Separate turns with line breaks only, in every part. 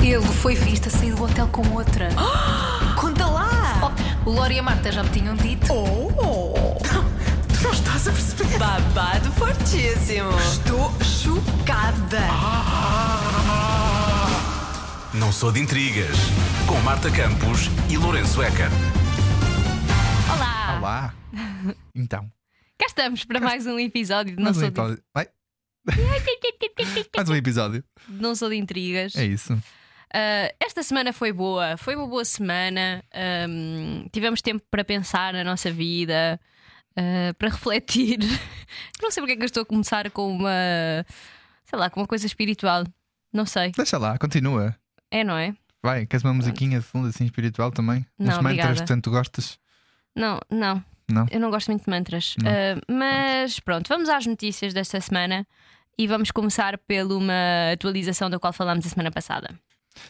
Ele foi visto a sair do hotel com outra.
Conta lá!
Oh, o Lori e a Marta já me tinham dito.
Oh!
Tu não estás a perceber?
Babado fortíssimo!
Estou chocada.
Não sou de intrigas. Com Marta Campos e Lourenço Eker.
Olá!
Olá! Então,
Cá estamos para mais um episódio de Não,
mais um
sou de...
episódio. Vai? mais um episódio.
Não Sou de Intrigas.
É isso.
Ah, esta semana foi boa, foi uma boa semana. Ahm, tivemos tempo para pensar na nossa vida, ah, para refletir. Não sei porque é que eu estou a começar com uma, sei lá, com uma coisa espiritual. Não sei.
Deixa lá, continua.
É, não é?
Vai, queres uma musiquinha de fundo assim espiritual também?
Não,
Uns mantras
obrigada.
que tanto gostas?
Não, não.
Não?
Eu não gosto muito de mantras.
Não.
Ah, mas pronto, vamos às notícias desta semana e vamos começar por uma atualização da qual falámos a semana passada.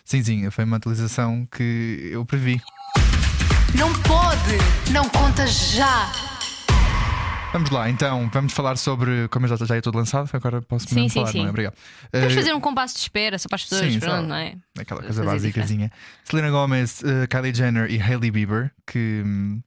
Sim, sim, foi uma atualização que eu previ.
Não pode! Não conta já!
Vamos lá, então, vamos falar sobre. Como eu já, já é tudo lançado, agora posso
Sim,
mesmo
sim,
falar,
sim.
não é? Obrigado.
Vamos
Eh,
fazer um compasso de espera só para as pessoas,
sim,
pronto,
só-
não é?
Aquela coisa
fazer
básicazinha. Selena Gomez, eh, Kylie Jenner e Hailey Bieber, que. hum,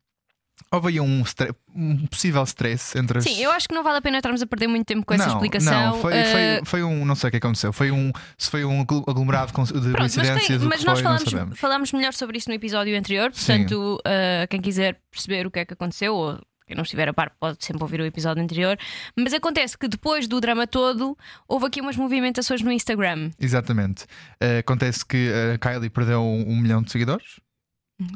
Houve aí um, stre- um possível stress entre as.
Sim, eu acho que não vale a pena estarmos a perder muito tempo com essa
não,
explicação.
Não, foi,
Ah,
foi, foi um. Não sei o que aconteceu. Foi um, se foi um aglu- aglomerado com- de
pronto, mas,
coincidências.
tem-
o que
mas
foi,
nós
não
falámos,
sabemos.
falámos melhor sobre isso no episódio anterior,
Sim.
portanto, ah, quem quiser perceber o que é que aconteceu, ou quem não estiver a par, pode sempre ouvir o episódio anterior. Mas acontece que depois do drama todo, houve aqui umas movimentações no Instagram,
Exatamente. Eh, acontece que a Kylie perdeu um, um milhão de seguidores,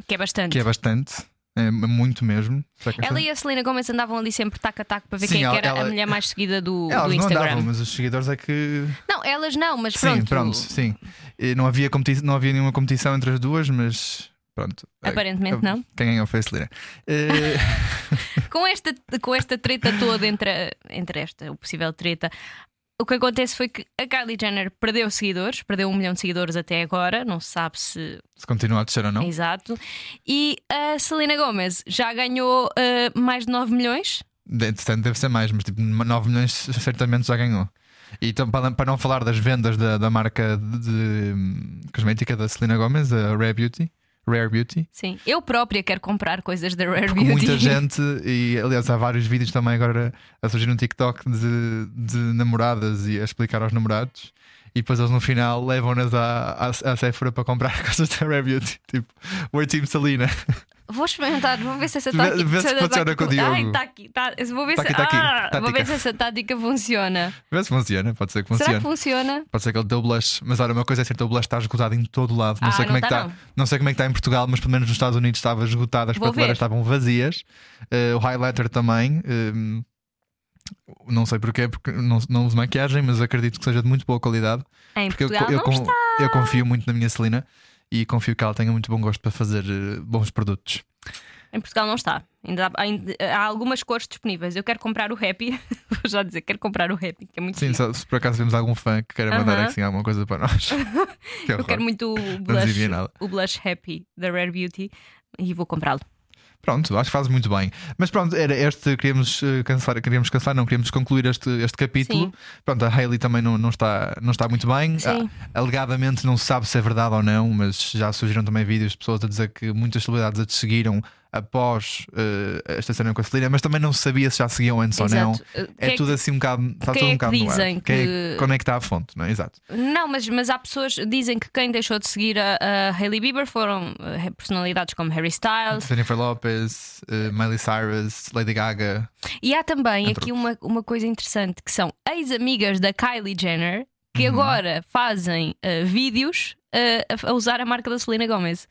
que é bastante.
que é bastante, é muito mesmo. Será que é
Ela
bastante?
e a Selena Gomez andavam ali sempre tac a tac para ver
Sim,
quem é que
ela-
era a
ela-
mulher mais seguida do,
Elas
do
não
Instagram.
andavam, mas os seguidores é que.
Não, elas não, mas pronto.
Sim, pronto, sim. E Não havia, competi- não havia nenhuma competição entre as duas, mas pronto.
Aparentemente
Eh,
não.
Quem ganhou foi a Selena. Eh,
com esta, com esta treta toda entre, a- entre esta, o possível treta, o que acontece foi que a Kylie Jenner perdeu seguidores, perdeu um milhão de seguidores até agora, não se sabe se
se continua a descer ou não.
é exato. E a Selena Gomez já ganhou eh, mais de 9 milhões.
Entretanto, deve ser mais, mas tipo, 9 milhões certamente já ganhou. E então, para para não falar das vendas da, da marca de, de, hum, cosmética da Selena Gomez, a Rare Beauty, Rare Beauty,
Sim, eu própria quero comprar coisas da Rare
porque
Beauty.
muita gente, e aliás, há vários vídeos também agora a surgir no TikTok de, de namoradas e a explicar aos namorados. E depois eles no final levam-nas à, à, à Sephora para comprar coisas da Rare Beauty. Tipo, we're Team Selena.
Vou experimentar, vou ver se essa
Vê-
tática
vê se
essa
funciona
tática-
com o Diogo.
Ai, tá aqui, tá- vou ver
Tá
se-
aqui, tá aqui.
Ah, vou ver
Tática.
se essa tática funciona.
Vê se funciona, pode ser que
Será que
funcione.
funciona?
Pode ser que ele deu blush, mas olha, uma coisa é certa, o blush está esgotado em todo lado. Não
Ah,
sei
não
como é que
está,
está.
não.
Não. sei como é que está em Portugal, mas pelo menos nos Estados Unidos estava esgotado, as
Vou ver.
prateleiras estavam vazias. Eh, o highlighter também. ehm, não sei porquê, porque não, não uso maquiagem, mas acredito que seja de muito boa qualidade.
Em
porque eu,
Portugal
eu,
não
con-
está.
eu confio muito na minha Celina e confio que ela tenha muito bom gosto para fazer eh, bons produtos.
Em Portugal não está. Ainda há, ainda- há algumas cores disponíveis. Eu quero comprar o Happy. Vou já dizer, quero comprar o Happy, que é muito
Sim,
chique.
só- se por acaso vemos algum fã que queira mandar
Aham.
assim alguma coisa para nós. Que
Eu
horror.
quero muito o blush,
dizia nada.
o blush Happy da Rare Beauty e vou comprá-lo.
Pronto, acho que fazes muito bem. Mas pronto, era este, queríamos eh, cancelar, queríamos cancelar, não queríamos concluir este, este capítulo.
Sim.
Pronto, a Hailey também não, não, está, não está muito bem.
Sim.
Ah, alegadamente não se sabe se é verdade ou não, mas já surgiram também vídeos de pessoas a dizer que muitas celebridades a te seguiram após eh, esta cena com a Celina, mas também não se sabia se já seguiam antes ou não.
Exato. Uh, quem
É,
que-
tudo assim um bocado. Está
quem
tudo
é
um
que
bocado no ar.
dizem
Quem é
que-
quando é que está a fonte, não é? Exato.
Não, mas, mas há pessoas dizem que quem deixou de seguir a, a Hailey Bieber foram uh, personalidades como Harry Styles.
Jennifer Lopez, eh, Miley Cyrus, Lady Gaga.
E há também
Entre
aqui uma, uma coisa interessante que são ex-amigas da Kylie Jenner que
Uhum.
agora fazem uh, vídeos uh, a, a usar a marca da Selena Gomez.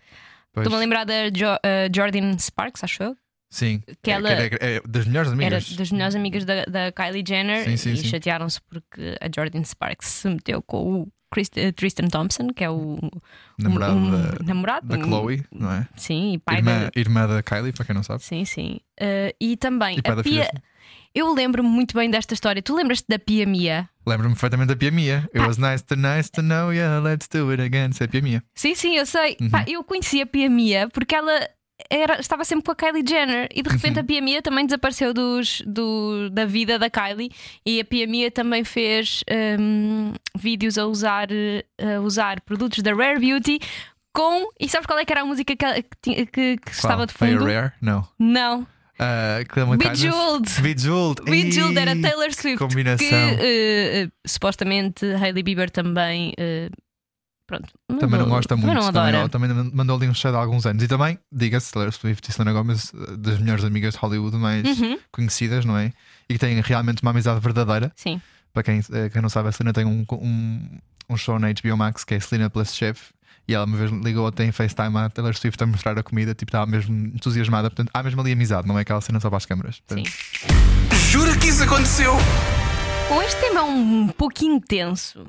Pois.
Estou-me a lembrar da Jo- eh, Jordan Sparks, acho eu,
Sim.
que
É,
ela
era, é das melhores
era
amigas.
das melhores amigas da, da Kylie Jenner
Sim, sim,
e
sim.
chatearam-se porque a Jordan Sparks se meteu com o Christ- eh, Tristan Thompson, que é o
Namorado
um- um
da-
namorado,
da
um-
Chloe, não é?
Sim, e pai
Irmã,
da.
irmã da Kylie, para quem não sabe.
Sim, sim. Eh, e também
E pai
a
da
Pia.
filha.
Eu lembro-me muito bem desta história. Tu lembras-te da Pia Mia?
Lembro-me perfeitamente da Pia Mia. It was nice to nice to know you, let's do it again. Isso é Pia Mia.
Sim, sim, eu sei. Pá, eu conheci a Pia Mia porque ela era- estava sempre com a Kylie Jenner e de repente
Uhum.
a Pia Mia também desapareceu dos, do- da vida da Kylie e a Pia Mia também fez hum, vídeos a usar, eh, a usar produtos da Rare Beauty com. E sabes qual é que era a música que, ela- que tinha- que- que estava de
Foi a
fundo?
Rare? Não.
Não.
Ah, que deu uma cara-
Bejeweled.
Bejeweled.
Bejeweled
Ih,
era Taylor Swift.
combinação.
Que eh, eh, supostamente Hailey Bieber também. eh, pronto.
Também não
dou-
gosta muito.
também não
também,
adora.
ela também mandou ali um cheiro há alguns anos. E também, diga-se, Taylor Swift e Selena Gomez, eh, das melhores amigas de Hollywood mais
Uhum,
conhecidas, não é? E que têm realmente uma amizade verdadeira.
sim.
Para quem, eh, quem não sabe, a Selena tem um, um, um show na HBO Max que é Selena Plus Chef. E ela uma vez ligou até em FaceTime à Taylor Swift a mostrar a comida, tipo, estava mesmo entusiasmada. Portanto, há mesmo ali amizade, não é aquela cena só para as câmaras.
sim.
Portanto,
Jura que isso aconteceu?
Bom, este tema é um pouquinho intenso.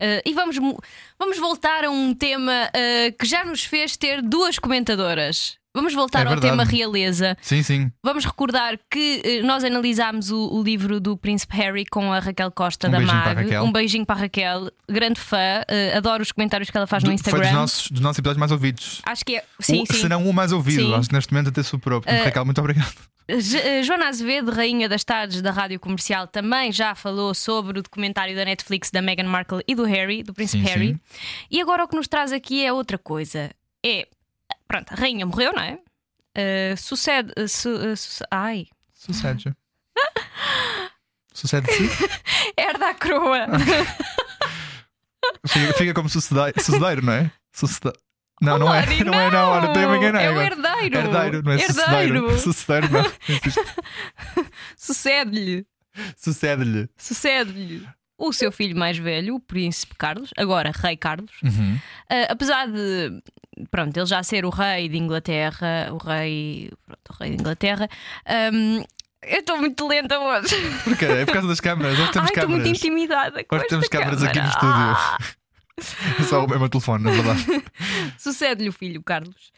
Eh, e vamos, mu- vamos voltar a um tema eh, que já nos fez ter duas comentadoras. Vamos voltar
É
ao
verdade.
tema realeza.
sim, sim.
Vamos recordar que eh, nós analisámos o, o livro do Príncipe Harry com a Raquel Costa
Um
da
beijinho para a
MAG.
Raquel.
Um beijinho para a Raquel, grande fã, eh, adoro os comentários que ela faz no
Do- foi dos
Instagram.
nossos, dos nossos episódios mais ouvidos.
Acho que é. Sim,
o,
sim.
Se não o mais ouvido,
Sim. Eh.
acho que neste momento até superou. Portanto, Raquel, muito obrigado.
Jo- eh, Joana Azevedo, rainha das tardes da rádio comercial, também já falou sobre o documentário da Netflix da Meghan Markle e do Harry, do Príncipe
Sim,
Harry.
sim.
E agora o que nos traz aqui é outra coisa. É. Pronto, a rainha morreu, não é? Eh, sucede. eh, su- eh, su- ai.
Sucede. Sucede-se?
Herda a coroa.
Fica, fica como sucedei- sucedeiro, não é? Sucede... Não, não é.
Lori,
Não, é, não. Olha, estou a me enganar.
É o
agora.
herdeiro.
Herdeiro, não é sucedeiro.
Herdeiro.
Sucedeiro, não. é? Insisto.
Sucede-lhe.
Sucede-lhe.
Sucede-lhe. O seu filho mais velho, o príncipe Carlos, agora rei Carlos,
Uhum.
Uh, apesar de pronto, ele já ser o rei de Inglaterra, o rei, pronto, o rei de Inglaterra, um, eu estou muito lenta hoje.
Porquê? É por causa das câmaras. Hoje temos
Ai, estou
câmaras.
muito intimidada. Com
Hoje
esta
temos câmaras aqui no
câmara.
estúdio. É Só o meu telefone, na verdade.
Ah, Sucede-lhe o filho, Carlos.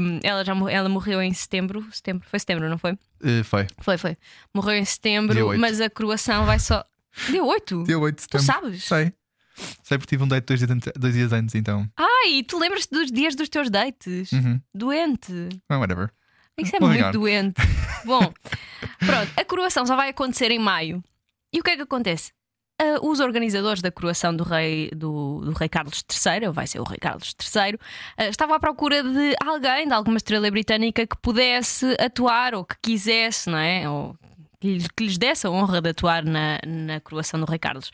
Um, ela, já, mor- ela morreu em setembro, setembro. Foi setembro, não foi?
Eh, foi.
Foi, foi. Morreu em
Dia
setembro,
oito.
mas a coroação vai só. Deu 8?
Dia 8 de
Tu
setembro.
sabes?
Sei. Sei porque tive um date dois dias antes- dois dias antes, então.
Ai, tu lembras-te dos dias dos teus dates?
Uhum.
Doente.
Ah, whatever.
Isso é
Vou
muito
vingar.
doente. Bom, pronto, a coroação só vai acontecer em maio. E o que é que acontece? Ah, os organizadores da coroação do rei, do, do rei Carlos III, ou vai ser o rei Carlos III, ah, estavam à procura de alguém, de alguma estrela britânica que pudesse atuar ou que quisesse, não é? Ou que lhes, que lhes desse a honra de atuar na, na coroação do rei Carlos.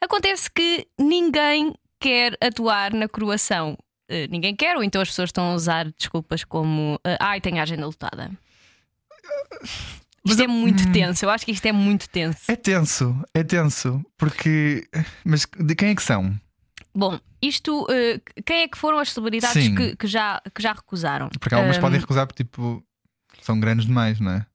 Acontece que ninguém quer atuar na coroação. Eh, ninguém quer, ou então as pessoas estão a usar desculpas como eh, ai, tenho a agenda lotada. Isto é muito tenso, eu acho que isto é muito tenso.
Hum. É tenso, é tenso, porque. Mas de quem é que são?
Bom, isto, eh, quem é que foram as celebridades
Sim.
que, que já, que já recusaram?
Porque um algumas
Ahm,
podem recusar porque, tipo, são grandes demais, não é?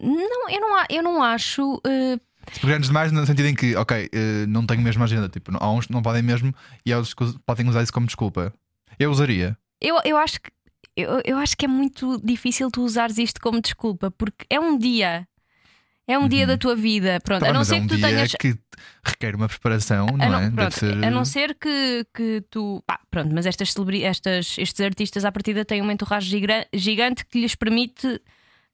Não, eu não, a- eu não acho. eh,
Tipo, grandes demais no sentido em que, ok, eh, não tenho mesmo agenda. Tipo, não- há uns que não podem mesmo e há outros que us- podem usar isso como desculpa. Eu usaria.
eu, eu acho que. Eu, eu acho que é muito difícil tu usares isto como desculpa, porque é um dia. É um dia da tua vida. Pronto,
Tá
a
bem,
não
mas
ser
é um
que tu
dia
tenhas.
que requer uma preparação, não
A não,
é? Deve
pronto,
ser-
a não ser que, que tu. pá, pronto, mas estas celebri- estas, estes artistas à partida têm uma entorragem gigra- gigante que lhes permite
Sim,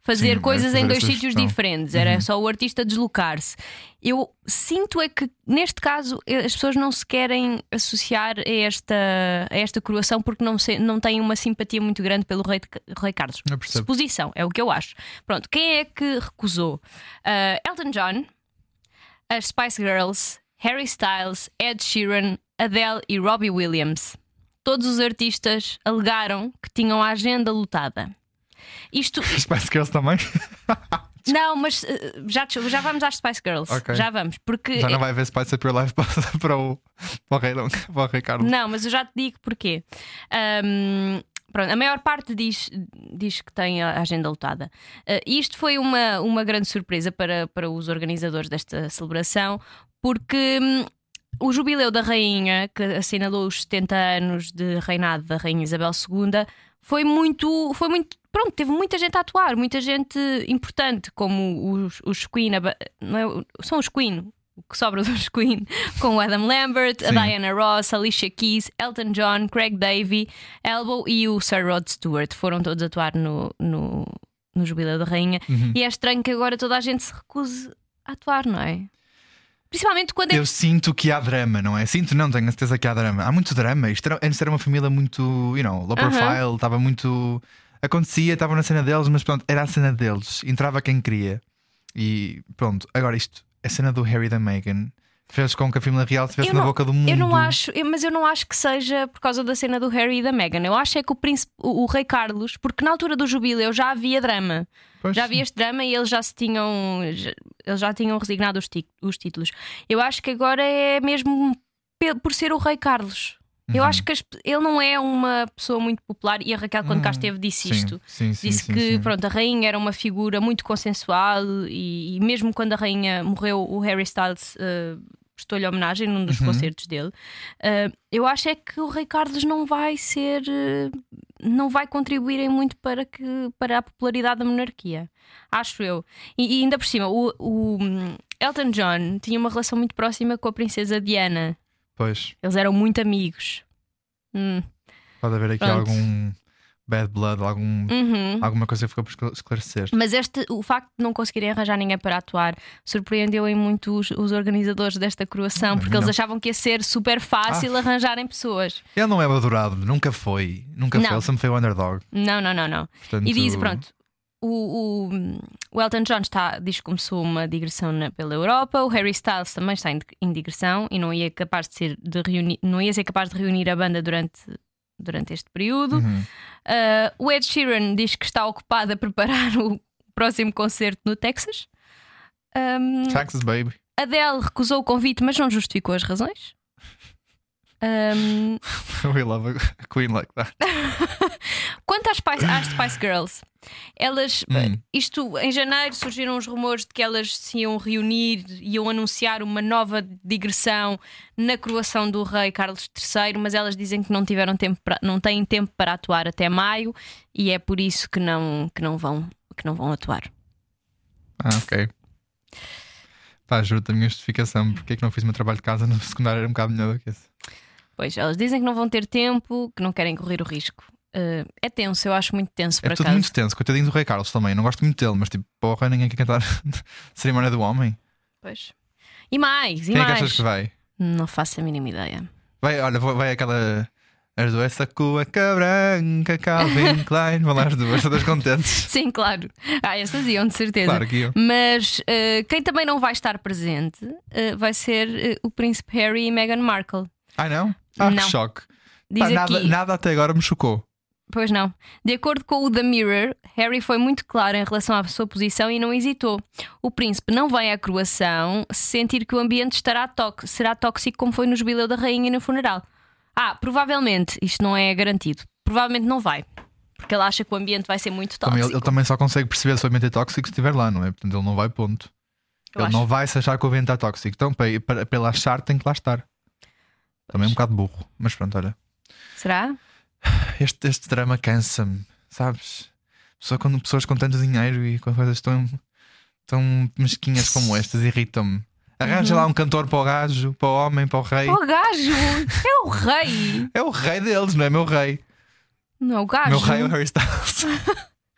fazer
era
coisas
fazer
em dois
essa
sítios
gestão.
diferentes. Era
Uhum.
só o artista deslocar-se. Eu sinto é que, neste caso, eh, as pessoas não se querem associar a esta, a esta coroação porque não, se- não têm uma simpatia muito grande pelo rei, de Ca- rei Carlos.
Eu percebo.
Suposição, é o que eu acho. Pronto, quem é que recusou? Ah, Elton John as Spice Girls, Harry Styles, Ed Sheeran, Adele e Robbie Williams. Todos os artistas alegaram que tinham a agenda lotada. Isto.
Spice Girls também?
Não, mas eh, já, já vamos às Spice Girls.
Ok.
Já vamos, porque.
Já não vai haver Spice Up Your Life para, para o, para o Rei Leão- para o Rei Carlos.
Não, mas eu já te digo porquê. Ahm, pronto, a maior parte diz, diz que tem a agenda lotada. Ah, isto foi uma, uma grande surpresa para, para os organizadores desta celebração, porque. hum, o jubileu da rainha, que assinalou os 70 anos de reinado da rainha Isabel II, foi muito, foi muito, pronto, teve muita gente a atuar, muita gente importante, como os, os Queen, a ba- não é, são os Queen, o que sobra dos Queen, com o Adam Lambert, a Diana Ross, Alicia Keys, Elton John, Craig Davey, Elbow e o Sir Rod Stewart. Foram todos atuar no, no, no Jubileu da Rainha.
Uhum.
E é estranho que agora toda a gente se recuse a atuar, não é? Principalmente quando é
Eu sinto que há drama, não é? Sinto, não, tenho a certeza que há drama. Há muito drama. Isto era, antes era uma família muito, you know, low profile, estava muito. Acontecia, estava na cena deles, mas pronto, era a cena deles. Entrava quem queria. E pronto, agora isto, a cena do Harry e da Meghan fez com que a família real estivesse
Eu
na
não-
boca do mundo.
Eu não acho, eu- mas eu não acho que seja por causa da cena do Harry e da Meghan. Eu acho é que o, príncipe, o, o rei Carlos, porque na altura do jubileu já havia drama.
Pois.
já havia este drama e eles já se tinham já- eles já tinham resignado os, ti- os títulos. Eu acho que agora é mesmo pe- por ser o rei Carlos. Eu
Uhum.
acho que as pe- ele não é uma pessoa muito popular e a Raquel quando cá esteve disse
Hum, Sim,
isto.
sim, sim,
Disse
sim,
que
sim.
pronto, a rainha era uma figura muito consensual e, e mesmo quando a rainha morreu, o Harry Styles eh, prestou-lhe homenagem num
Uhum.
dos concertos dele. Eh, eu acho é que o Rei Carlos não vai ser, eh, não vai contribuir em muito para, que, para a popularidade da monarquia, acho eu. E, e ainda por cima, o, o hum, Elton John tinha uma relação muito próxima com a princesa Diana.
Pois,
Eles eram muito amigos. Hum,
pode haver aqui
Pronto.
algum bad blood, algum,
uhum.
alguma coisa que ficou por escl- esclarecer.
Mas este, o facto de não conseguirem arranjar ninguém para atuar surpreendeu em muito os, os organizadores desta croação, porque eles
não. Ah.
achavam que ia ser super fácil arranjarem pessoas.
Ele não é o adorado, nunca foi. Nunca
Não.
foi, ele sempre foi o underdog.
Não, não, não, não.
Portanto,
E diz, pronto, o, o- o Elton John está, diz que começou uma digressão na- pela Europa, o Harry Styles também está em, dig- em digressão e não ia, capaz de ser de reuni, não ia ser capaz de reunir a banda durante, durante este período.
Uhum.
Ah, o Ed Sheeran diz que está ocupado a preparar o próximo concerto no Texas. Ahm,
Taxes, baby.
Adele recusou o convite, mas não justificou as razões. Ahm,
We love a queen like that.
Quanto às Spice, às Spice Girls, elas.
Hum.
Isto, em janeiro surgiram os rumores de que elas se iam reunir, iam anunciar uma nova digressão na coroação do rei Carlos III, mas elas dizem que não tiveram tempo para, não têm tempo para atuar até maio e é por isso que não, que não, vão, que não vão atuar.
Ah, ok. Pá, juro-te a minha justificação. Porque é que não fiz o meu trabalho de casa no secundário? Era um bocado melhor do que esse.
Pois, elas dizem que não vão ter tempo, que não querem correr o risco. Ah, é tenso, eu acho muito tenso
É
para
tudo
casa.
muito tenso. Coitadinho do Rei Carlos também. Não gosto muito dele, mas tipo, porra, ninguém quer cantar cerimónia do homem.
Pois. E mais, e
Quem é que
mais.
achas que vai?
Não faço a mínima ideia.
Vai, olha, vai vai aquela. As duas cueca branca, Calvin Klein. Vão lá as duas, todas contentes.
Sim, claro. Ah, essas iam, de certeza.
Claro que iam.
Mas eh, quem também não vai estar presente eh, vai ser eh, o Príncipe Harry e Meghan Markle.
Ah, não? Ah, que
Não.
choque.
Diz
Pá, nada,
aqui.
nada até agora me chocou.
Pois não. De acordo com o The Mirror, Harry foi muito claro em relação à sua posição e não hesitou. O príncipe não vem à croação se sentir que o ambiente estará tóx- será tóxico, como foi no jubileu da rainha e no funeral. Ah, provavelmente, isto não é garantido. Provavelmente não vai. Porque ele acha que o ambiente vai ser muito
Também
tóxico.
ele, ele também só consegue perceber se o ambiente é tóxico se estiver lá, não é? Portanto, ele não vai, ponto.
Eu
ele
acho.
não vai se achar que o ambiente está tóxico. Então, para, para, para ele achar, tem que lá estar. Também é um bocado burro. Mas pronto, olha.
Será?
Este, este drama cansa-me, sabes? Pessoa, quando, pessoas com tanto dinheiro e com coisas tão, tão mesquinhas como estas irritam-me. Arranja
Uhum.
lá um cantor para o gajo, para o homem, para o rei.
Oh, gajo! É o rei!
É o rei deles, não é meu rei.
Não, o gajo.
meu rei é o Harry Styles.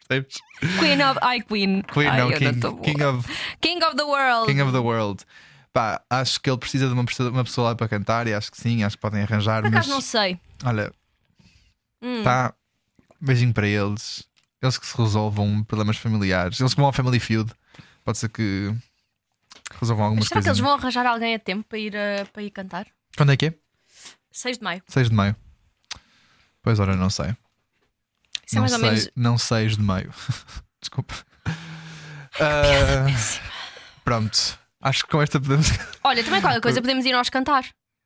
Percebes?
Queen of. Ai, Queen.
Queen,
Ai,
não,
eu
King,
tô boa.
King of
King of the World.
King of the World. Pá, acho que ele precisa de uma pessoa, uma pessoa lá para cantar e acho que sim, acho que podem arranjar.
Por
mas
acaso não sei.
olha,
Hum.
tá. Beijinho para eles. Eles que se resolvam problemas familiares. Eles que vão ao Family Feud. Pode ser que resolvam algumas
Será que eles
coisas.
vão arranjar alguém a tempo para ir, a- para ir cantar?
Quando é que é?
6 de maio.
6 de maio. Pois ora, não sei.
Isso é
não,
mais
sei
ou menos.
não 6 de maio. Desculpa. Ah, pronto. Acho que com esta podemos.
Olha, também qualquer coisa podemos ir nós cantar.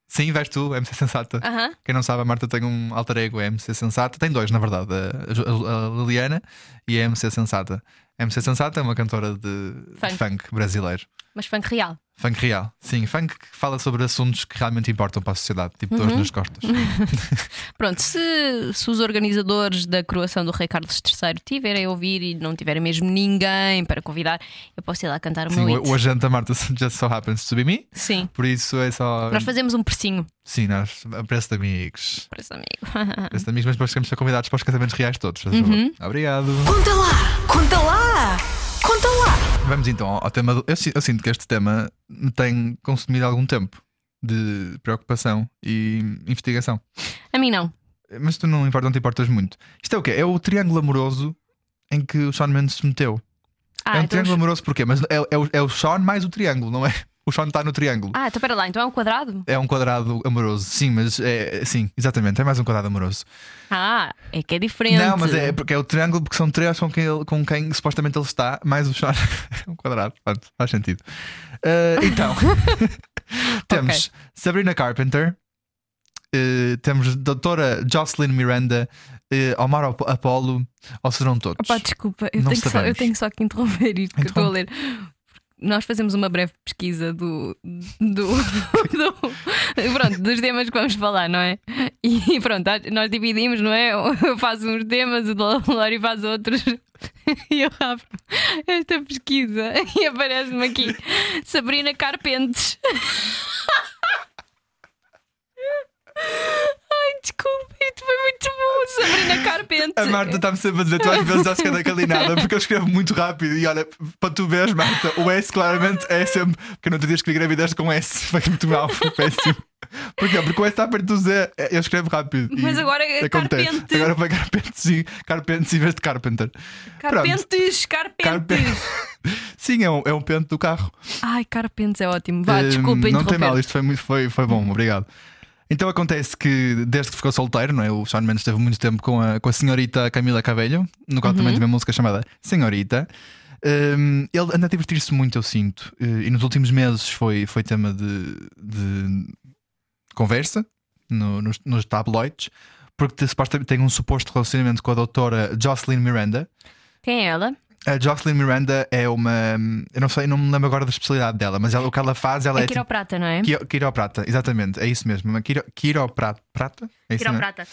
Sim, vais tu, é MC Sensata.
Aham.
Quem não sabe, a Marta tem um alter ego, a MC Sensata. Tem dois, na verdade, a, a- a Liliana e a MC Sensata. MC Sensata é uma cantora de de
Funk.
funk, brasileiro.
Mas funk real.
Funk real. Sim, funk que fala sobre assuntos que realmente importam para a sociedade, tipo
Uhum.
dores nas costas.
Pronto, se, se os organizadores da coroação do Rei Carlos III tiverem a ouvir e não tiverem mesmo ninguém para convidar, eu posso ir lá cantar o
Sim,
meu
o, o
hit.
agente da Marta just so happens to be me.
Sim.
Por isso é só.
Nós fazemos um precinho
Sim, nós. A preço de amigos.
para esse amigo.
Preço de amigos, mas depois queremos ser convidados para os casamentos reais todos. faz favor.
Uhum.
Obrigado.
Conta lá, conta lá, conta lá.
Vamos então ao, ao tema. Do... Eu, si- eu sinto que este tema me tem consumido algum tempo de preocupação e investigação.
a mim não.
Mas tu não, importa, não te importas muito. Isto é o quê? É o triângulo amoroso em que o Sean Mendes se meteu.
Ah,
é um
então,
triângulo amoroso porquê? Mas é, é o, é o Sean mais o triângulo, não é? O Sean está no triângulo.
ah, então pera lá, então é um quadrado?
É um quadrado amoroso, sim, mas é, sim, exatamente, é mais um quadrado amoroso.
Ah, é que é diferente.
Não, mas é porque é o triângulo, porque são três com quem, ele- com quem supostamente ele está, mais o Sean é um quadrado, portanto, faz sentido. Ah, então, temos Sabrina Carpenter, eh, temos Doutora Jocelyn Miranda, eh, Omar Ap- Apollo, ou serão todos?
Opa, desculpa, eu
Não
tenho, que só, eu
sabemos.
tenho só que interromper isto que eu
Então.
estou a ler. Nós fazemos uma breve pesquisa do, do, do- Pronto, dos temas que vamos falar, não é? E pronto, acho- nós dividimos, não é? Eu faço uns temas, o Lori faz outros. E eu abro esta pesquisa e aparece-me aqui Sabrina Carpentes. Ai, desculpa, isto foi muito bom. Sabrina Carpentes.
A Marta está-me sempre a dizer, tu às vezes acho que é da calinada, porque eu escrevo muito rápido. E olha, para tu veres, Marta, o S claramente é sempre. Porque não te diz que engravidaste com S. Foi muito mal, foi péssimo. Porquê? Porque o S está perto do Z. é, Eu escrevo rápido. e
Mas agora é
acontece.
carpente.
Agora foi carpente, sim. Carpente em vez de carpenter. Pronto.
Carpentes,
Carpe-
carpentes.
Sim, é um, é um pente do carro.
Ai, carpentes é ótimo. Vá, desculpa
Hum, Não tem
interromper. Hum.
mal, isto foi, muito, foi, foi bom, obrigado. Então acontece que desde que ficou solteiro, não é? O Sean Mendes teve muito tempo com a, com a senhorita Camila Cabello, no qual
Uhum.
também tem uma música chamada Senhorita. Hum, ele anda a divertir-se muito, eu sinto. Eh, E nos últimos meses foi, foi tema de, de conversa no- nos, nos tabloides, porque supostamente tem um suposto relacionamento com a doutora Jocelyn Miranda.
Quem é ela?
A Jocelyn Miranda é uma. Eu não sei, não me lembro agora da especialidade dela, mas ela- o que ela faz, ela
É,
é. tipo-
quiroprata, não é?
Quiro- Quiroprata, exatamente, é isso mesmo. Uma quiro, quiroprata. Prata? É isso, não é?
Quiroprata.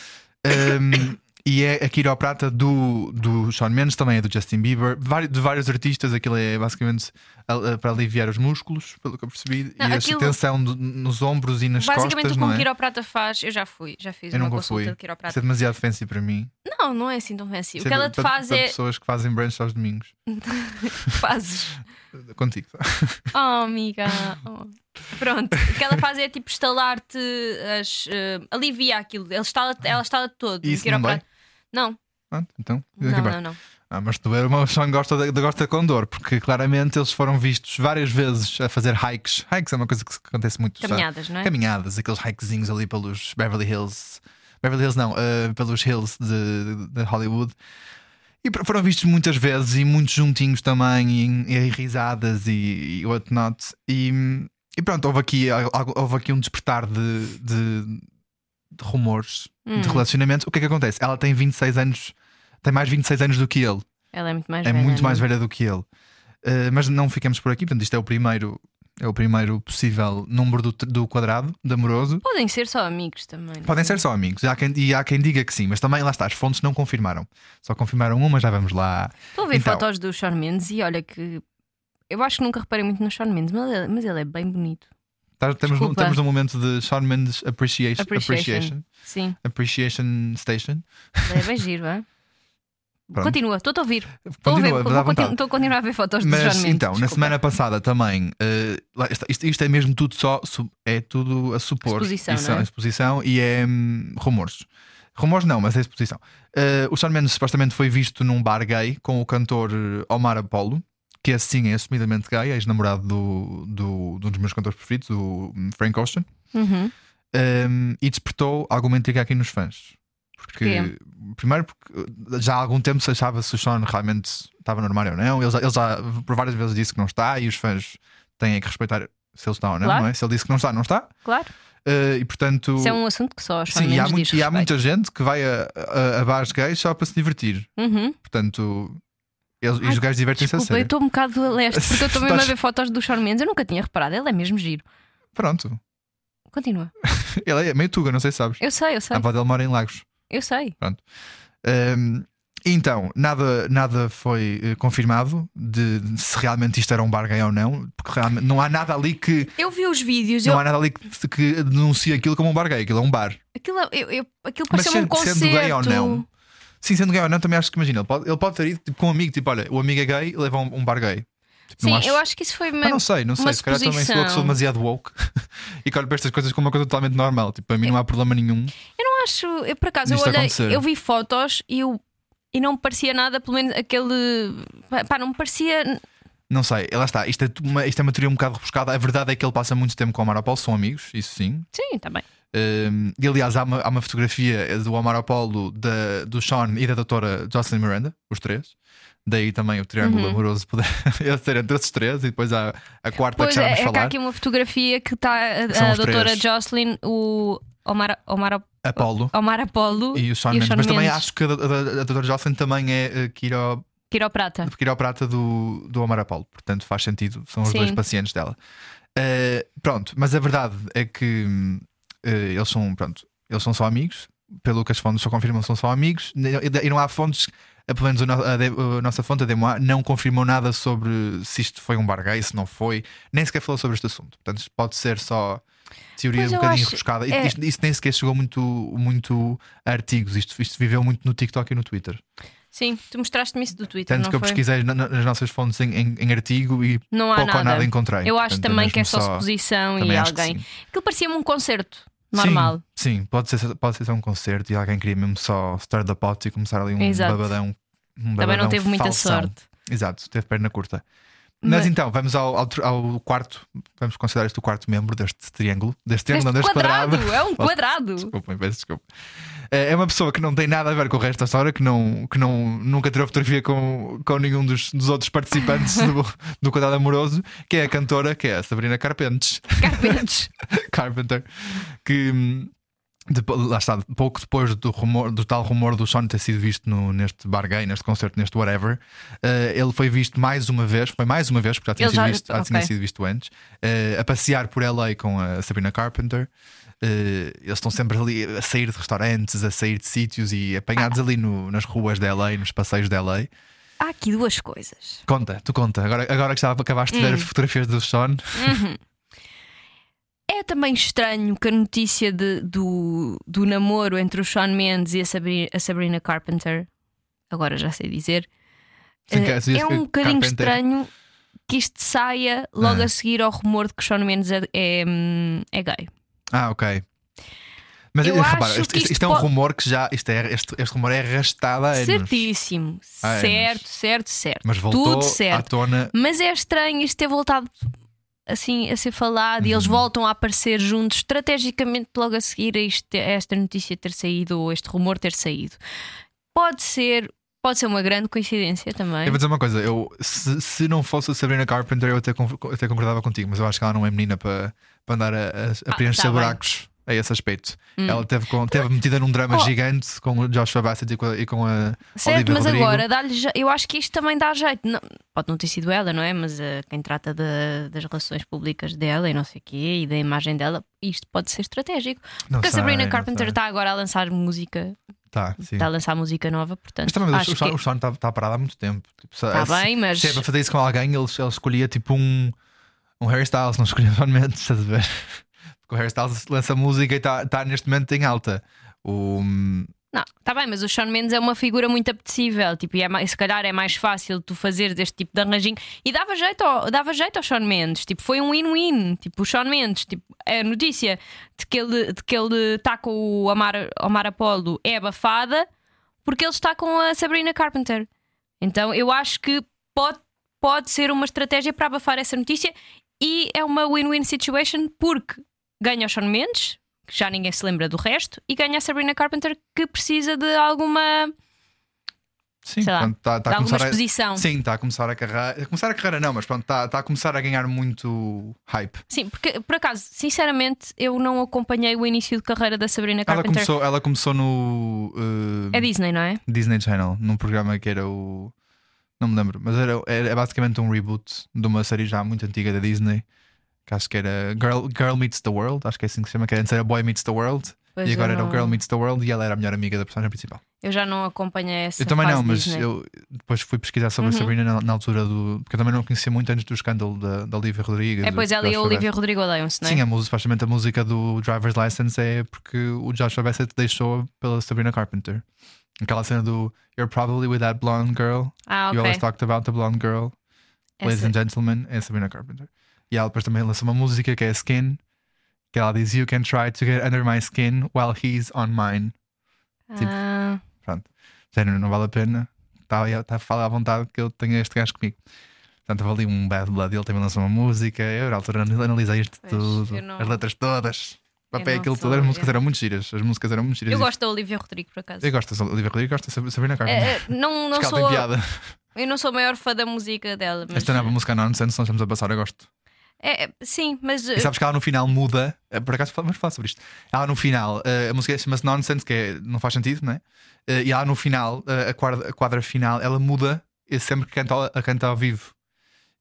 Ahm, e é a quiroprata do, do Sean Mendes, também é do Justin Bieber, vari- de vários artistas. Aquilo é basicamente a- a- para aliviar os músculos, pelo que eu percebi,
Não,
e
aquilo-
a tensão do- nos ombros e nas
Basicamente,
costas.
o que
Não
um
é?
quiroprata faz, eu já fui, já fiz
Eu
uma
nunca
consulta
fui.
de
Isso
quiroprata.
é demasiado fancy para mim.
Não, não é assim tão fancy. O
Isso é
que ela
para-
te faz
para
é.
pessoas que fazem brunch aos domingos.
Fazes.
Contigo.
Oh, amiga. Oh. Pronto. O que ela faz é tipo estalar-te, as, eh, alivia aquilo. Ela estala, ela estala todo.
E
um
isso não
quiroprata. Não,
Pronto, então.
não,
aqui
não,
vai.
não,
Ah, mas tu é uma Sean gosta, de, de- gosta com dor, porque claramente eles foram vistos várias vezes a fazer hikes. Hikes é uma coisa que se- acontece muito. sabe?
Caminhadas, não é?
Caminhadas, aqueles hikezinhos ali pelos Beverly Hills. Beverly Hills não, ah, pelos Hills de, de Hollywood. E pr- foram vistos muitas vezes e muitos juntinhos também, e, e risadas e, e whatnot. E, e pronto, houve aqui, algo- houve aqui um despertar de, de- de rumores,
Hum.
de relacionamentos. O que é que acontece? Ela tem 26 anos, tem mais 26 anos do que ele
Ela é muito mais
é
velha.
muito
não
mais velha do que ele. Uh, mas não ficamos por aqui, portanto, isto é o primeiro, é o primeiro possível número do, do quadrado de amoroso.
Podem ser só amigos também. não
Podem
é?
ser só amigos, e há, quem, e há quem diga que sim, mas também lá está, as fontes não confirmaram. Só confirmaram uma, já vamos lá.
Estou a ver
Então.
fotos do Sean Mendes e olha que. Eu acho que nunca reparei muito no Sean Mendes, mas ele, mas ele é bem bonito.
Tá- temos, um,
Desculpa.
temos um momento de Sean Mendes appreciation,
Appreciation.
appreciation.
Sim,
appreciation Station.
ele é bem giro, é?
Pronto.
Continua, estou a ouvir. Estou a, ver,
Continua,
vou
dá
continu-
vontade.
estou a continuar a ver fotos do Sean
Mas
Mendes.
então, na
desculpa.
semana passada também, eh, lá está, isto, isto é mesmo tudo só, su- é tudo a supor.
Exposição,
Isso
não é?
exposição e é hum, rumores. Rumores não, mas é exposição. Eh, o Sean Mendes supostamente foi visto num bar gay com o cantor eh, Omar Apollo, que assim é assumidamente gay, ex-namorado do, do, de um dos meus cantores preferidos, o hum, Frank Ocean.
Uhum.
Um, e despertou alguma intriga aqui nos fãs. Porque,
Porquê?
primeiro, porque já há algum tempo se achava se o Sean realmente estava no armário ou não. Ele já, ele já por várias vezes disse que não está e os fãs têm que respeitar se ele está ou não,
Claro.
não é? Se ele disse que não está, não está.
Claro,
Uh, e portanto.
isso é um assunto que só o Sean
Sim, e há,
Mendes
muito-
diz
e há
respeito.
muita gente que vai a, a, a bares gays só para se divertir.
Uhum.
Portanto, Eles, e os gajos divertem-se a
Desculpa, eu
é sério.
estou um bocado leste porque eu estou mesmo a
Estás-
ver fotos do Shawn Mendes. Eu nunca tinha reparado, ele é mesmo giro.
Pronto.
Continua.
Ele é meio tuga, não sei se sabes.
Eu sei, eu sei,
A avó dele mora em Lagos.
eu sei.
Ahm, então, nada, nada foi eh, confirmado de, de se realmente isto era um bar gay ou não, porque realmente não há nada ali que
Eu vi os vídeos, eu,
não há nada ali que, que denuncie aquilo como um bar gay, aquilo é um bar.
aquilo, eu, eu- aquilo
Mas
pareceu um
sendo,
concerto.
sendo gay ou não, sim, sendo gay ou não, também acho que imagina, ele pode, ele pode ter ido tipo, com um amigo, tipo, olha, o amigo é gay, leva um, um bar gay. Não
Sim, eu acho que isso foi
Ah, não
mesmo.
sei, não sei.
uma
Se calhar também sou eu que sou
suposição.
demasiado woke e que olho para estas coisas como uma coisa totalmente normal. Tipo, para mim não há problema nenhum.
Eu não acho, eu por acaso, eu
Disto
olhei,
acontecer.
eu vi fotos e eu. E não me parecia nada, pelo menos aquele. Pá, não me parecia.
Não sei, lá está. Isto é, tu- uma, isto é uma teoria um bocado rebuscada. A verdade é que ele passa muito tempo com o Omar Apollo, são amigos, isso sim.
Sim, está bem.
Ahm, e aliás, há uma, há uma fotografia é do Omar Apollo, da, do Sean e da doutora Jocelyn Miranda, os três. Daí também o
Uhum.
triângulo amoroso poder ser entre esses três. E depois há a quarta
Pois
que já
é,
vamos
é que há
falar.
aqui uma fotografia que está a,
São
a
os
doutora
três.
Jocelyn, o Omar, Omar,
Apollo
Omar Apollo
e o Sean Mendes. Mas também acho que a, do- a, do- a doutora Jocelyn também é eh, quiro,
Quiroprata.
de quiroprata do, do Omar Apollo, portanto faz sentido, são os
Sim.
dois pacientes dela. Eh, pronto, mas a verdade é que hum, eh, eles são, pronto, eles são só amigos, pelo que as fontes só confirmam, são só amigos, ne- e não há fontes, eh, pelo menos a, no- a de- a nossa fonte, a Demoa, não confirmou nada sobre se isto foi um bar gay, se não foi, nem sequer falou sobre este assunto, portanto isto pode ser só. Teoria
Pois
um
eu
bocadinho
acho-
rebuscada.
é.
Isto, isto nem sequer chegou muito, muito a artigos. Isto, isto viveu muito no TikTok e no Twitter.
Sim, tu mostraste-me isso do Twitter.
Tanto
não
que eu
foi?
pesquisei na- na- nas nossas fontes em, em- em artigo e
Não há
pouco
nada.
ou nada encontrei.
Eu acho
Portanto,
também que é
mesmo
só suposição
também
e
acho que
alguém.
sim.
Aquilo parecia-me um concerto normal.
Sim, sim, pode, ser, pode ser só um concerto e alguém queria mesmo só stir the pot e começar ali um
Exato.
babadão. um
Também não
babadão
teve muita
falsão.
sorte.
Exato, teve perna curta. Mas,
Mas-
então, vamos ao, ao tr- ao quarto, vamos considerar este o quarto membro deste triângulo, deste triângulo, não,
Este
deste
quadrado,
quadrado.
é um quadrado.
Desculpem, peço desculpa. Eh, É uma pessoa que não tem nada a ver com o resto da história, que, não, que não, nunca tirou fotografia com, com nenhum dos, dos outros participantes do, do Cuidado Amoroso, que é a cantora, que é a Sabrina Carpentes,
Carpentes.
Carpenter, que hum, depo- lá está, pouco depois do, rumor, do tal rumor do Sean ter sido visto no- neste bar gay, neste concerto, neste whatever, eh, ele foi visto mais uma vez, foi mais uma vez, porque já tinha,
Ele
sido,
já-
visto, já tinha
ok.
sido visto antes, eh, a passear por LA com a Sabrina Carpenter. Eh, eles estão sempre ali a sair de restaurantes, a sair de sítios e apanhados ali no- nas ruas de LA, nos passeios de LA.
Há aqui duas coisas.
Conta, tu conta. Agora, agora que já acabaste
Hum.
de ver as fotografias do Sean,
Eh, É também estranho que a notícia de- do, do namoro entre o Sean Mendes e a Sabri- a Sabrina, Carpenter, agora já sei dizer,
Sim, que-
eh,
sim,
é
que-
um bocadinho
Carpenter.
estranho que isto saia logo
Ah.
a seguir ao rumor de que o Sean Mendes é, é, hum, é gay.
Ah, ok. Mas
Eu
repara,
acho
isto, isto-
que isto
isto é um
pode-
rumor que já. Isto é, este, este rumor é arrastado a anos.
Certíssimo.
Há anos.
Certo, certo, certo.
Mas voltou
Tudo
à
certo.
tona.
Mas é estranho isto ter voltado assim a ser falado e eles
Uhum.
voltam a aparecer juntos estrategicamente logo a seguir a, isto- a esta notícia ter saído ou este rumor ter saído. Pode ser, pode ser uma grande coincidência também.
Eu vou dizer uma coisa, eu, se, se não fosse a Sabrina Carpenter, eu até, con- até concordava contigo, mas eu acho que ela não é menina para, para andar a, a- a
Ah,
preencher
tá bem. Hum.
buracos a esse aspecto. Ela teve, com, teve metida num drama
Oh.
gigante com o Joshua Bassett e com a, e com a
Certo,
Olivia
mas
Rodrigo.
agora dá-lhe je- eu acho que isto também dá jeito. Não- pode não ter sido ela, não é? Mas eh, quem trata da- das relações públicas dela e não sei o quê e da imagem dela, isto pode ser estratégico.
Não
Porque
sei,
a Sabrina
não
Carpenter tá
sei.
está agora a lançar música,
Tá, sim.
está a lançar música nova, portanto.
Mas também
acho
o Sean-
que- é
o Sean está parado há muito tempo. Tipo, se-
Tá
se-
bem, mas-
Se é para fazer isso com alguém, ele, ele escolhia tipo um, um Harry Styles, não escolhia Shawn Mendes, estás a ver? Porque o Harry Styles lança música e está tá neste momento em alta. O,
Não, tá bem, mas o Sean Mendes é uma figura muito apetecível tipo, e é mais, se calhar é mais fácil tu fazeres este tipo de arranjinho. E dava jeito ao, dava jeito ao Sean Mendes, tipo, foi um win-win. Tipo, o Sean Mendes, tipo, a notícia de que ele de que ele está com o Omar, Omar Apollo é abafada porque ele está com a Sabrina Carpenter. Então eu acho que pode, pode ser uma estratégia para abafar essa notícia e é uma win-win situation porque ganha o Sean Mendes, que já ninguém se lembra do resto, e ganha a Sabrina Carpenter que precisa de alguma,
sim,
Sei lá,
pronto, tá- tá
de
a
alguma
começar a-
exposição. Sim.
Sim, está a começar a carreira. A começar a carreira não, mas pronto, está tá a começar a ganhar muito hype.
porque por acaso, sinceramente, eu não acompanhei o início de carreira da Sabrina
Ela
Carpenter.
começou, ela começou no eh,
É Disney, não é?
Disney Channel, num programa que era o Não me lembro, mas era, era basicamente um reboot de uma série já muito antiga da Disney, que acho que era Girl, Girl Meets the World, acho que é assim que se chama, que antes era Boy Meets the World,
Pois
e
eu
agora era o
não-
Girl Meets the World e ela era a melhor amiga da personagem principal.
Eu já não acompanhei essa
Eu também
fase
não, mas
é Disney. Uhum.
eu depois fui pesquisar sobre a Sabrina na, na altura do. Porque eu também não conhecia muito antes do escândalo da, da Olivia Rodrigues.
É, pois
do
ela e a
Joshua
Olivia Rodrigo odeiam-se, não é?
Bassett. Sim, a música, supostamente a música do Driver's License é porque o Joshua Bassett deixou pela Sabrina Carpenter. Aquela cena do You're probably with that blonde girl,
ah,
you
ok.
always talked about the blonde girl, ladies
Essa-
and gentlemen, é a Sabrina Carpenter. E ela depois também lançou uma música que é Skin, que ela diz You can try to get under my skin while he's on mine. tipo-
Ah,
Pronto. Género, não vale a pena. Está tá, fala à vontade que eu tenho este gajo comigo. Portanto, houve ali um bad blood. Ele também lançou uma música. Eu, na altura, analisei isto
Pois,
tudo.
eu não-
As letras todas.
Eu
Papel
não
aquilo
sou-
tudo. As músicas
eu-
eram muito giras. As músicas eram muito giras.
eu
E-
gosto da Olivia Rodrigo, por acaso.
Eu gosto da Olivia Rodrigo. Gosto da Sabrina Carpenter.
É, é, não, não
Acho que ela
sou,
tem piada.
eu não sou a maior fã da música dela, mas.
Esta é nova música Nonsense, nós estamos a passar, eu gosto.
É, é, sim, mas.
E sabes que ela no final muda, eh, por acaso vamos falar sobre isto. Ela no final, eh, a música chama-se Nonsense, que é- não faz sentido, não é? Eh, E ela no final, eh, a quadra, a quadra final, ela muda eh, sempre que canta, ao- a canta ao vivo.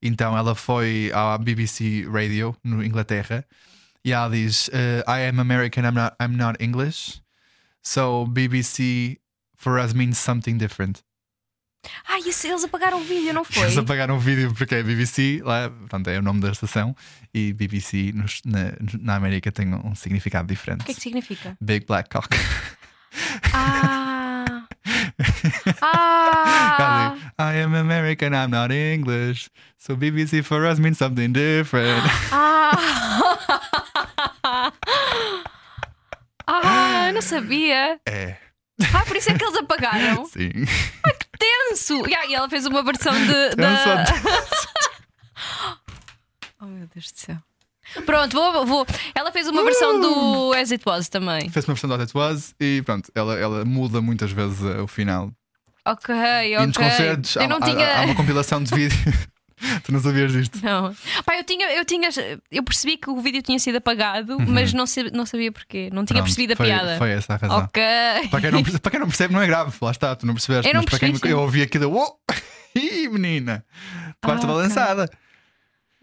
Então ela foi à BBC Radio, no Inglaterra, e ela diz: eh, I am American, I'm not, I'm not English. So BBC for us means something different.
Ai, esse- eles apagaram o vídeo, não foi?
Eles apagaram o vídeo porque é BBC, lá, portanto é o nome da estação, e BBC nos- na, na América tem um significado diferente.
O que é que significa?
Big Black Cock.
Ah! Ah!
I am American, I'm not English. So BBC for us means something different.
Ah! Ah, eu não sabia.
é,
Ah, por isso é que eles apagaram.
sim.
Tenso! Ya, e ela fez uma versão de.
Tenso,
da-
tenso.
Oh meu Deus do céu. Pronto, vou, vou. Ela fez uma versão do As It Was também.
Fez uma versão do As It Was e pronto, ela, ela muda muitas vezes eh, o final.
Ok,
E nos
ok.
concertos há,
eu não
há-
tinha.
há uma compilação de vídeo. tu não sabias disto?
Não. Pá, eu tinha, eu tinha. Eu percebi que o vídeo tinha sido apagado, mas não, sa- não sabia porquê. Não tinha
Uhum. Pronto,
percebido a
foi,
piada.
Foi essa a razão.
Ok.
Para quem, não percebe, para quem não percebe, não é grave. Lá está, tu não percebeste.
Eu não
mas para quem
percebi, sim.
eu ouvi aquilo, oh! Ih, menina! Tu vais
Ah,
toda
ok.
lançada.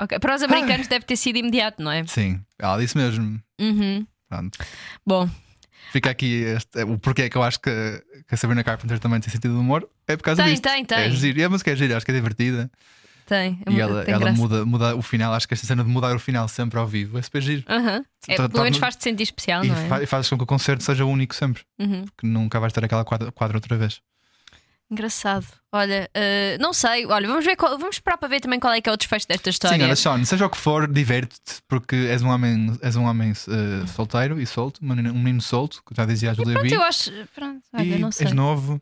Ok,
Ah.
Para os americanos deve ter sido imediato, não é?
Sim, ela disse mesmo.
Uhum.
Pronto.
Bom,
Fica aqui este- o porquê que eu acho que, que a Sabrina Carpenter também tem sentido de humor. É por causa
Tem,
disto.
tem, tem.
É giro. E a música é gira, acho que é divertida.
tem.
e ela,
tem
ela
graça.
muda, muda o final. Acho que esta cena de mudar o final sempre ao vivo é super giro.
Aham. É,
Tra-
pelo menos
torna-
faz-te sentir especial,
tá E
não é?
fa- e fazes com que o concerto seja único sempre.
Uhum.
Porque nunca vais ter aquela quadra, quadra outra vez.
Engraçado. Olha, eh, não sei. Olha, vamos, ver qual- vamos esperar para ver também qual é que é o desfecho desta história.
Sim, olha, Sean, seja o que for, diverte-te, porque és um homem, és um homem eh, solteiro e solto, um menino, um menino solto, que já dizia a Julia B.
Pronto, eu acho. Pronto, olha,
E
não sei.
és novo.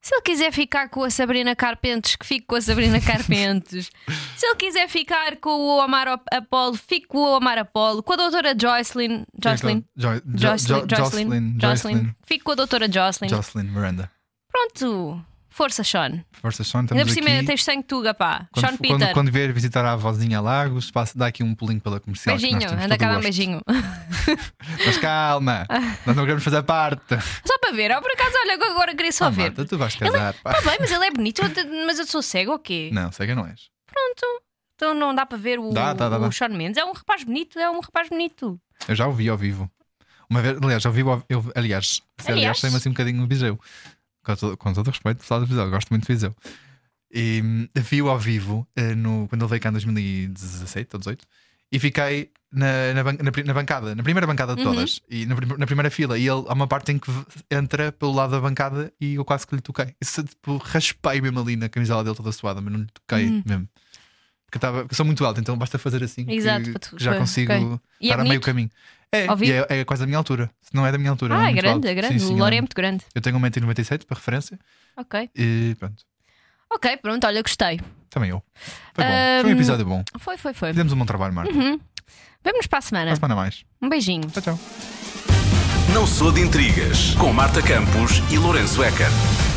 Se ele quiser ficar com a Sabrina Carpentes, que fique com a Sabrina Carpentes. Se ele quiser ficar com o Omar Ap- Apollo, fique com o Omar Apollo. Com a doutora Jocelyn. Jocelyn.
Jo- Jo- Então, Jo-
Jocelyn.
Jocelyn. Jocelyn.
Fique com a doutora Jocelyn.
Jocelyn Miranda.
Pronto. Força, Sean.
Força, Sean,
Ainda
estamos
por cima
aqui.
tens sangue tuga, pá.
Quando,
Sean
quando,
Peter.
quando vier visitar a avózinha a Lagos, passa, dá aqui um pulinho pela comercial. que nós
beijinho.
temos
Anda
todo
cá
o
dar
gosto.
um beijinho.
Mas calma, nós não queremos fazer parte.
Só para ver. Ah, por acaso, olha, agora queria só
Ah,
ver.
Marta, tu vais casar. pá.
Tá bem, mas ele é bonito, eu te- mas eu sou cego ou quê?
Não, sei que não és.
Então não dá para ver o,
Dá, dá, dá,
o
dá.
Sean Mendes. É um rapaz bonito, é um rapaz bonito.
Eu já ouvi ao vivo. Uma vez, aliás, ao vivo, ao- eu, aliás, se aliás,
Aliás.
tem-me assim um bocadinho no Viseu. Com todo, com todo o respeito, pessoal do Viseu, eu gosto muito do Viseu. E hum, vi-o ao vivo eh, no, quando ele veio cá em 2017 ou 18 e fiquei na, na, ban- na pri- na bancada, na primeira bancada de
Uhum.
todas, e na, prim- na primeira fila. E ele há uma parte em que v- entra pelo lado da bancada e eu quase que lhe toquei. Isso, tipo, raspei mesmo ali na camisola dele toda suada, mas não lhe toquei
Uhum.
mesmo. Porque eu, tava, porque eu sou muito alto, então basta fazer assim. que-
Exato,
que
para tu-
já
para-
consigo
ok. E é
estar a meio
bonito?
caminho. É,
Ao
e
vivo?
é, é quase da minha altura. Se não é da minha altura.
ah,
é
é
muito
grande,
alto. Sim,
é grande.
sim, eu
o Lore é
lembro.
muito grande.
Eu tenho 1,97m para referência
Ok.
e pronto.
Ok, pronto, olha, gostei.
Também eu. Foi bom. Foi um
Ahm, Uhum.
episódio bom.
Foi, foi, foi.
Fizemos um bom trabalho, Marco.
Vemos para a semana.
Para a semana a mais.
Um beijinho.
Tchau, tchau.
Não sou de intrigas com Marta Campos e Lourenço Eker.